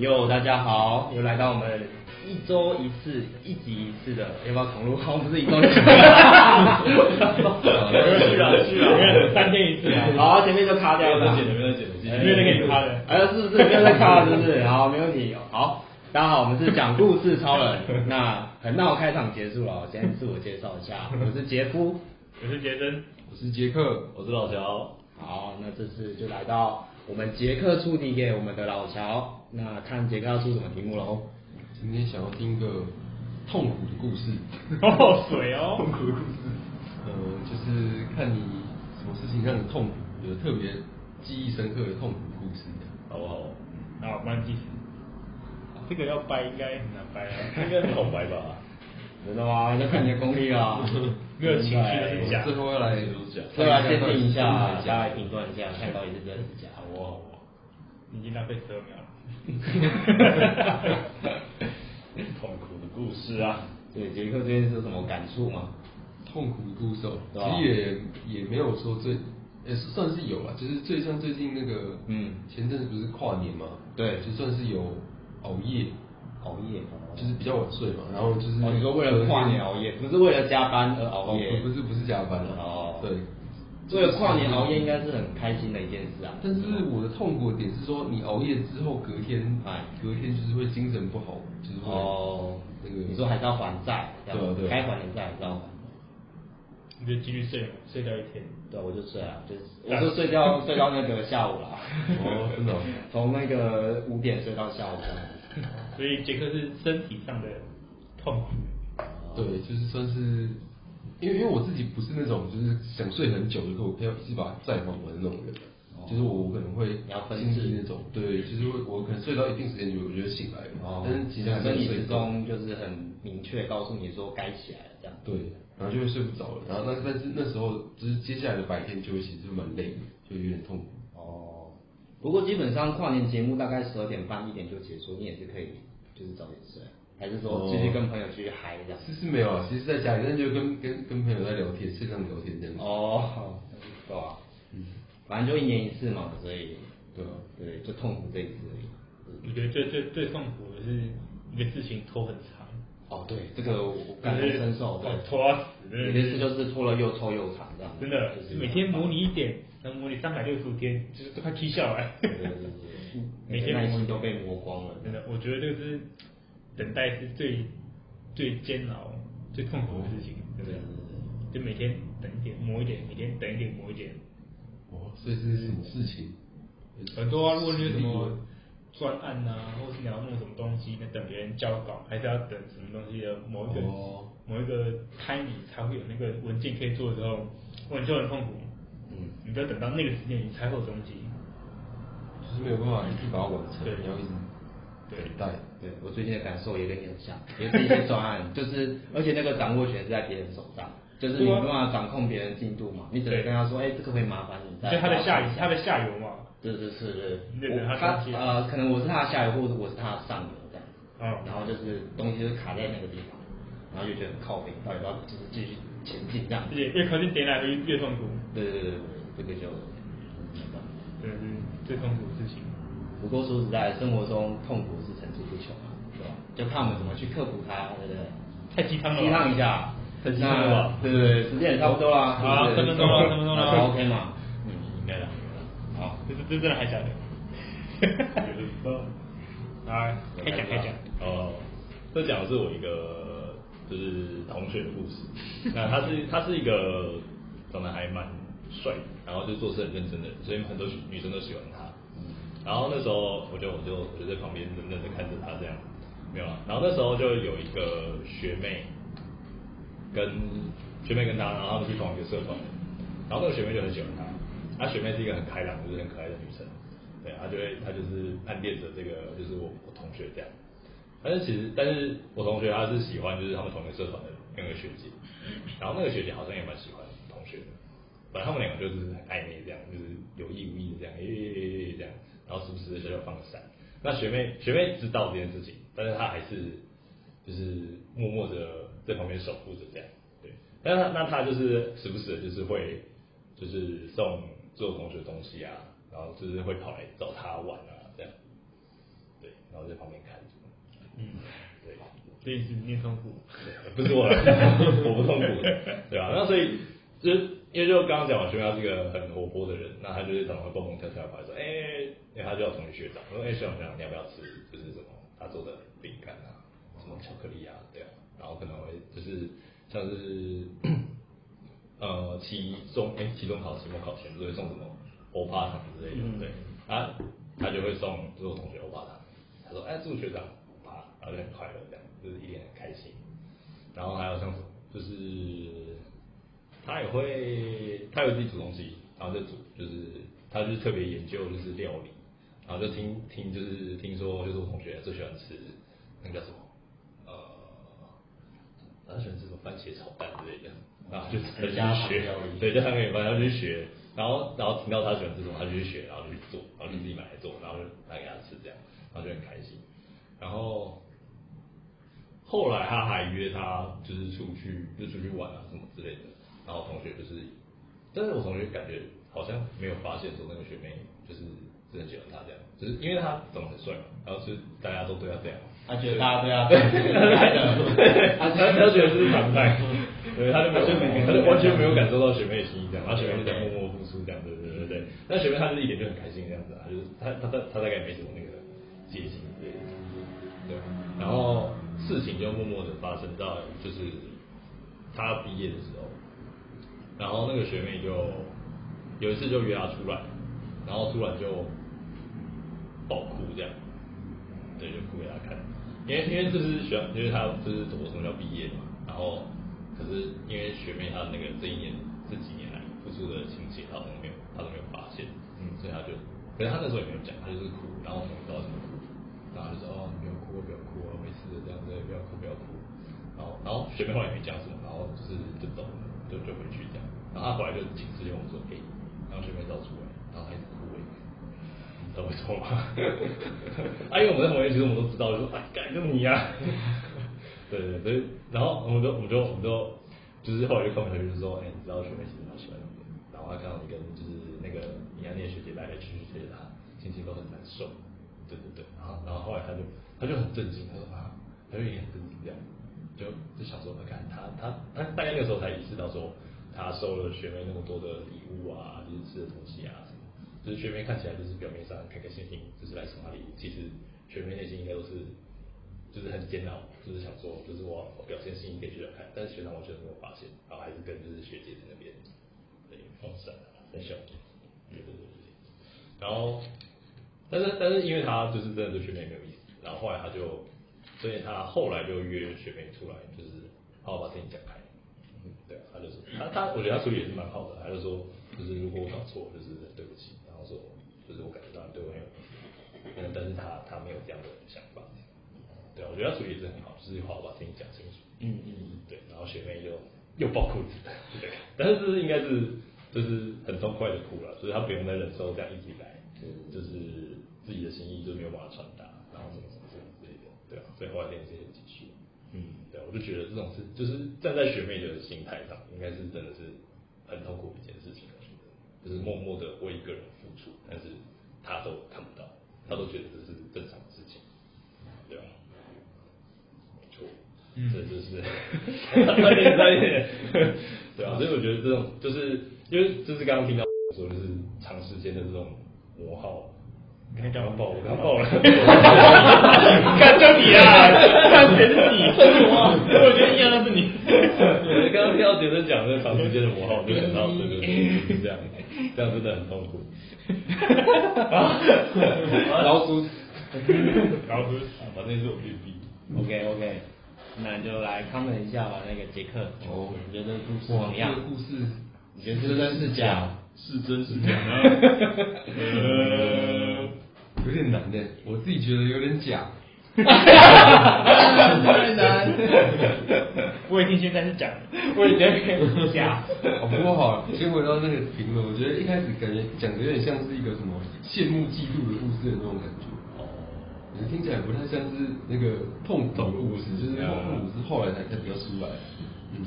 哟，大家好，又来到我们一周一次、一集一次的，要不要重录？好像不是一周 一次，啊是啊是啊三天一次啊好，前面就卡不掉要了再，剪了，不要再剪了，继续因为那个也卡了哎，是不是没有在看？是不是？好，没问题。好，大家好，我们是讲故事超人。那很闹开场结束了，我先自我介绍一下，我是杰夫。我是杰森，我是杰克，我是老乔，好，那这次就来到我们杰克出题给我们的老乔，那看杰克要出什么题目喽？今天想要听一个痛苦的故事，哦，水哦，苦的故事，呃，就是看你什么事情让你痛苦，有特别记忆深刻的痛苦故事，好不好？好，慢慢计时。这个要掰应该很难掰啊，应该很好白吧？真的 吗？那看你的功力啊， 没有情绪对就是我假们最后要来对啊，鉴定一下，大下家来评断一下，看到底是真是假。我， 已经浪费十二秒了。痛苦的故事啊，对杰克最近是有什么感触吗？痛苦的故事哦，对啊其实也也没有说最，也是算是有啊，就是最像最近那个，嗯前阵子不是跨年嘛，对就算是有熬夜，熬夜吗就是比较晚睡嘛，然后就是哦，你说为了跨年熬夜，不是为了加班而熬哦夜，不不是不是加班了，哦对，为了跨年熬夜应该是很开心的一件事啊。但是我的痛苦的点是说，你熬夜之后隔天哎，隔天就是会精神不好，就是会哦，那个你说还是要还债，要对啊对啊该还的债还是要还。你就继续睡，睡到一天。对，我就睡啊，就是 我就睡到睡到那个下午啦。哦真的哦 从那个五点睡到下午这样子。所以杰克是身体上的痛苦，对，就是算是，因为因为我自己不是那种就是想睡很久，就是我要一次把债还完的那种人，就是我可能会哦你要分经历治那种，对，就是会我可能睡到一定时间就我就醒来了，哦，但是其实还没生有理睡时够，钟就是很明确告诉你说该起来了这样。对，然后就会睡不着了，然后那但是那时候就是接下来的白天就会其实就蛮累的，就有点痛苦。哦，不过基本上跨年节目大概十二点半一点就结束，你也是可以就是早点睡，还是哦说继续跟朋友去嗨这样？其实没有啊，其实在家里，但是就跟跟跟朋友在聊天，线上聊天这样子。哦， 对吧、反正就一年一次嘛，所以嗯对啊，对，就痛苦这一次而已。我觉得最最最痛苦的是一个事情拖很长，哦，对，这个我感同身受，对哦，拖到死，有些真的事是就是拖了又臭又长这样。真的就是每天模拟一点，能模拟三百六十五天，就是都快踢笑来。对对对对，每天耐心都被磨光了。真的，我觉得这个是等待是最最煎熬、最痛苦的事情，真的。就每天等一点，磨一点，每天等一点，磨一点。哦，所以这是什么事情？很多啊，如果你有什实力么专案啊，或是你要弄什么东西，那等别人交稿，还是要等什么东西的某一个、哦某一个 timing 才会有那个文件可以做的时候，我你就很痛苦。嗯，你不要等到那个时间你才会有东西。就是没有办法一次把它完成，对你要一直对等待。对我最近的感受也跟你很像，也是一些专案，就是而且那个掌握权是在别人手上，就是啊你没办法掌控别人进度嘛，你只能跟他说，哎、这个会麻烦你所再。以它的下它的下游嘛，对对是那对，个我他他生气了呃，可能我是他的下游，或者我是他的上游这样，嗯然后就是东西就是卡在那个地方，然后就觉得很靠北，到底要就是继续前进这样子。而且越靠近点来越越痛苦，对对对对，对这个就嗯没办法。真的是最痛苦的事情。不过说实在，生活中痛苦是层出不穷啊，对吧？就看我们怎么去克服它，对不对？太鸡汤了吧鸡汤一下，太鸡汤了吧那对对对，时间也差不多啦，好啊是不是三分钟了三分钟了那都，OK 嘛？嗯，应该了。好，这是这真的还假 的？啊，开讲开讲，哦，这讲的是我一个就是同学的故事。那他是他是一个长得还蛮帅的，然后就做事很认真的人，所以很多女生都喜欢他。然后那时候我就我就我就在旁边冷冷的看着他这样，没有啊。然后那时候就有一个学妹跟学妹跟他，然后他们是同一个社团的，然后那个学妹就很喜欢他，她学妹是一个很开朗，就是很可爱的女生，对，她就会她就是暗恋着这个就是我我同学这样，但是其实但是我同学她是喜欢就是他们同一个社团的那个学姐，然后那个学姐好像也蛮喜欢同学的，本来他们两个就是很暧昧这样，就是有意无意的这样，耶耶耶这样，然后时不时的小小放个闪，那学妹学妹知道这件事情，但是她还是就是默默的在旁边守护着这样。对，那他那他就是时不时的就是会就是送做同学东西啊，然后就是会跑来找他玩啊这样，对，然后在旁边看着，嗯，对，所以是念痛苦，不是我啦，我不痛苦，对吧、那所以就是因为就刚刚讲嘛，学妹她是一个很活泼的人，那她就是常常会蹦蹦跳跳跑来说，哎、因为她就要同学长，说哎、学长学长你要不要吃，就是什么她做的饼干啊，什么巧克力啊，对啊，然后可能会就是像是呃期中哎、期中考期末考前都会送什么欧巴糖之类的，对，啊他就会送这种同学欧巴糖，他说哎祝学长欧巴，然后就很快乐这样，就是一脸很开心，然后还有像什么就是他也会，他有自己煮东西，然后就煮，就是他就是特别研究就是料理，然后就听听就是听说就是我同学最喜欢吃那个叫什么呃，他喜欢吃什么番茄炒蛋之类的，然后就他就去学，对，就他可以反正就去学，然后然后听到他喜欢吃什么，他就去学，然后就去做，然后就自己买来做，然后就拿给他吃这样，然后就很开心，然后后来他还约他就是出去就出去玩啊什么之类的，然后我同学就是，但是我同学感觉好像没有发现说那个学妹就是真的喜欢他这样，只、是因为他长得很帅嘛，然后就是大家都对他这样，他觉得啊大家对 他都是应该 的， 他他觉得这是常态， 对，他就没有他就没他就完全没有感受到学妹的心意这样，然后学妹就在默默付出这样，对对对对，那学妹她就是一点就很开心的样子啊，就是她她她她大概没什么那个戒心之类的。对，然后事情就默默的发生到就是他毕业的时候，然后那个学妹就有一次就约他出来，然后突然就爆哭这样，对，就哭给他看，因为因为这是学，因为他就是我从小毕业嘛，然后可是因为学妹她那个这一年这几年来付出的心血，她都没有她都没有发现，嗯，所以她就，可是她那时候也没有讲，她就是哭，然后我们也不知道怎么哭，然后就说哦不要哭不要哭啊没事的这样子不要哭不要哭，然后然后学妹后来也没讲什么，然后就是就走了就就回去这样，然后她回来就寝室跟我说哎、然后学妹找出来，然后她一直哭哎、你知道为什么吗？ 啊，因为我们在旁边，其实我们都知道，就说哎，干就是你啊。 对对对，然后我们就我们就我们就就是后来就跟我们同学就说，哎、你知道学妹其实蛮喜欢你的，然后她看到你跟就是那个你安妮的学姐来来去去推着她，啊心情都很难受。对对对，然后然后后来她就她就很震惊，她说啊，她就有点震惊这样，就就想说，啊干她她她大概那个时候才意识到说，她收了学妹那么多的礼物啊，就是吃的东西啊什么。就是学妹看起来就是表面上开开心心，就是来送他礼物，其实学妹内心应该都是就是很煎熬，就是想说就是我我表现心意给学长看，但是学长完全没有发现，然后还是跟就是学姐在那边对放闪啊，在笑，对对对对，然后但是但是因为他就是真的对学妹没有意思，然后后来他就，所以他后来就约学妹出来，就是好好把事情讲开。嗯，对啊，他就是他他，我觉得他处理也是蛮好的。他就说，就是如果我搞错，就是对不起，然后说就是我感觉到你对我很有意思，嗯，但是他他没有这样的想法。对啊，我觉得他处理也是很好，就是好好把事情讲清楚。嗯嗯，对，然后学妹就又爆哭一次，对，但是这是应该是就是很痛快的哭了，就是她不用再忍受这样一直以来，嗯就是自己的心意就没有办法传达，然后什么什么什么之类的，对啊，所以后来这件事情就继续，嗯，对啊，我就觉得这种事就是站在学妹的心态上，应该是真的是很痛苦的一件事情，我觉得就是默默的为一个人付出，但是她都看不到，她都觉得这是正常的事情，对吧、没错，嗯这就是专业专业，对啊，所以我觉得这种就是因为就是刚刚听到说就是长时间的这种磨耗，你看干嘛爆了，刚爆 了，看就你啊，看谁是你，我觉得一样的是你，对，刚刚听到杰森讲这个长时间的磨耗，我就想到对对对，这样这样真的很痛苦。老鼠然后就是啊反正是我绿逼。 OK OK，那就来 comment 一下吧。那个杰克，哦你觉得故事怎哇，么这样个？故事你觉得是真是假？是真是假呢？呃，有点难呢，我自己觉得有点假。太难。我已经现在是假的，我也觉得是假。哦，不过好，先回到那个评论，我觉得一开始感觉讲的有点像是一个什么羡慕嫉妒的故事的那种感觉，哦可是听起来不太像是啊那个痛苦的故事，就是痛苦是后来才才比较出来。嗯，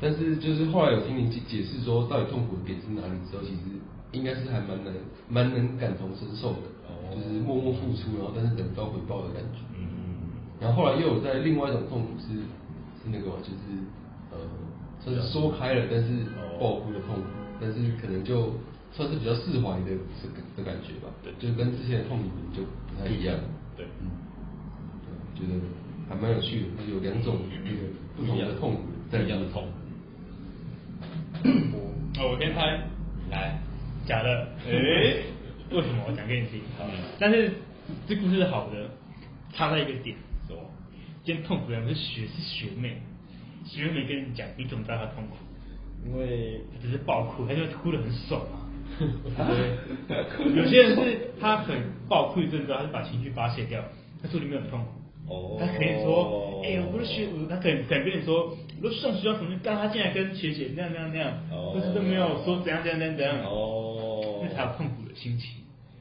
但是就是后来有听你解解释说到底痛苦的点是哪里之后，其实应该是还蛮能蛮能感同身受的，哦就是默默付出，然后但是等不到回报的感觉。嗯，然后后来又有在另外一种痛苦是是那个嘛，就是呃，算是说开了，但是爆哭的痛苦，但是可能就算是比较释怀的的感觉吧，对就跟之前的痛苦就不太一样，对，嗯，对，觉得还蛮有趣的，就是有两种那个不同的痛苦不在一样的痛。 哦，我先猜，来，假的。诶， 为什么？我讲给你听好。但是这故事是好的，差在一个点。什么？今天痛苦的人不是学是学妹，学妹跟你讲，你怎么知道她痛苦？因为她只是爆哭，她就哭得很爽啊。对有些人是他很爆哭一阵之后，他就把情绪发泄掉，他说你没有很痛苦。哦他可以说，哎、我不是学，我他可能可能跟你说，我都上学校什么，但他竟然跟学姐那样那样那样，哦或是都没有说怎样怎样怎样怎样，哦那才有痛苦的心情，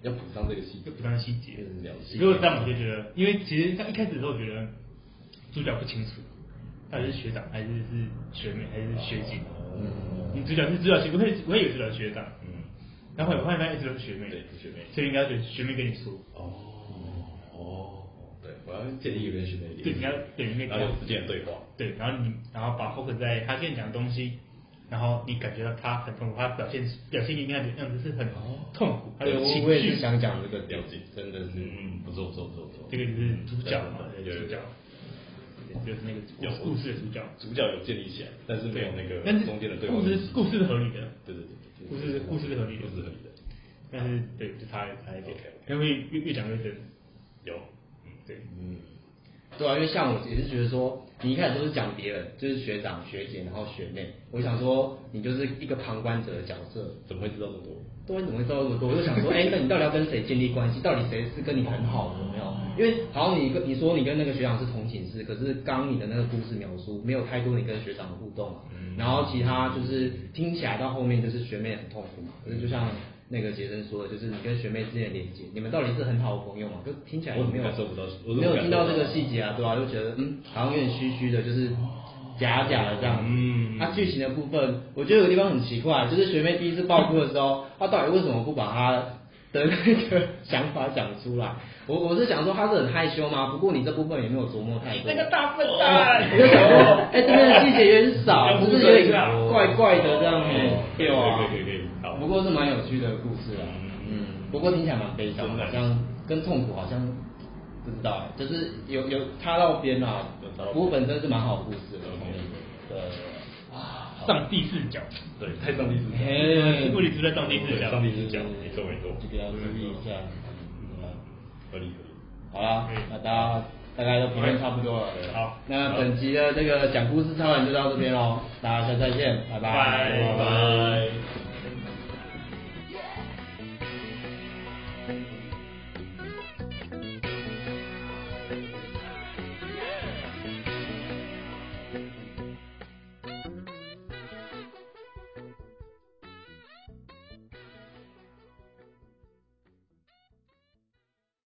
要补上这个戏就，不当细节嗯了。解如果这样，我就觉得，因为其实刚一开始的时候，我觉得主角不清楚，到底是学长还是是学妹还是学姐，嗯你主角是主角学，我会我也以为主角是学长，嗯，然后我发现一直都是学妹，对是学妹所以应该对学妹跟你说，哦哦，对，我要建立一个跟学妹对，你要对你那然个后有之间的对话，对，然后你然后把 focus 在他跟你讲的东西，然后你感觉到他很痛苦，他表现表现应该的样子是很哦痛苦，他对有我情我也绪是，想讲这个点了，解，真的是嗯，不错不错不错不错，这个就是主角嘛，对对对主角就对，是那个有故故事的主角，主角有建立起来，但是没有那个但是中间的对话故关事系，故事是合理的，对对对，故事故事是合理的故事合理的，但是对就差差一点 OK，OK，因为越越讲越真，有，嗯对，嗯，对啊，因为像我也是觉得说，你一开始都是讲别人，就是学长、学姐，然后学妹。我想说，你就是一个旁观者的角色，怎么会知道这么多？对啊，你怎么会知道这么多？我就想说，哎、那你到底要跟谁建立关系？到底谁是跟你很好的，有没有？因为好像你跟你说你跟那个学长是同寝室，可是刚你的那个故事描述没有太多你跟学长的互动嘛，嗯然后其他就是听起来到后面就是学妹很痛苦嘛，可是就像。那个杰森说的，就是你跟学妹之间的连接，你们到底是很好的朋友嘛？就听起来我也怎没么有感受不到我怎么没有感听受到不这到个细节啊，对吧、就觉得嗯，好像有点虚虚的，就是假假的这样。嗯啊，剧情的部分，我觉得有个地方很奇怪，就是学妹第一次爆哭的时候，她到底为什么不把她的那个想法讲出来？我我是想说她是很害羞吗？不过你这部分也没有琢磨太多。大笨我就哦想说， 哎、这边的细节有点少，哎要不不是啊有点怪怪的这样子哦，对啊可以可以可以好不过是蛮有趣的故事啊，嗯，不过听起来蛮悲伤的，好像跟痛苦好像不知道哎，就是有有擦到边啦有擦到，边不过本身是蛮好的故事的，对。上帝视角，对，太上帝视角，嘿物理是在上帝视对角，上帝视角，没错没错，这个要注意一下。嗯合理合理，好啦嗯，那大家大概都评论差不多了。好那本集的这个讲故事超人就到这边喽，大家下次再见，拜拜，拜拜。 Yeah.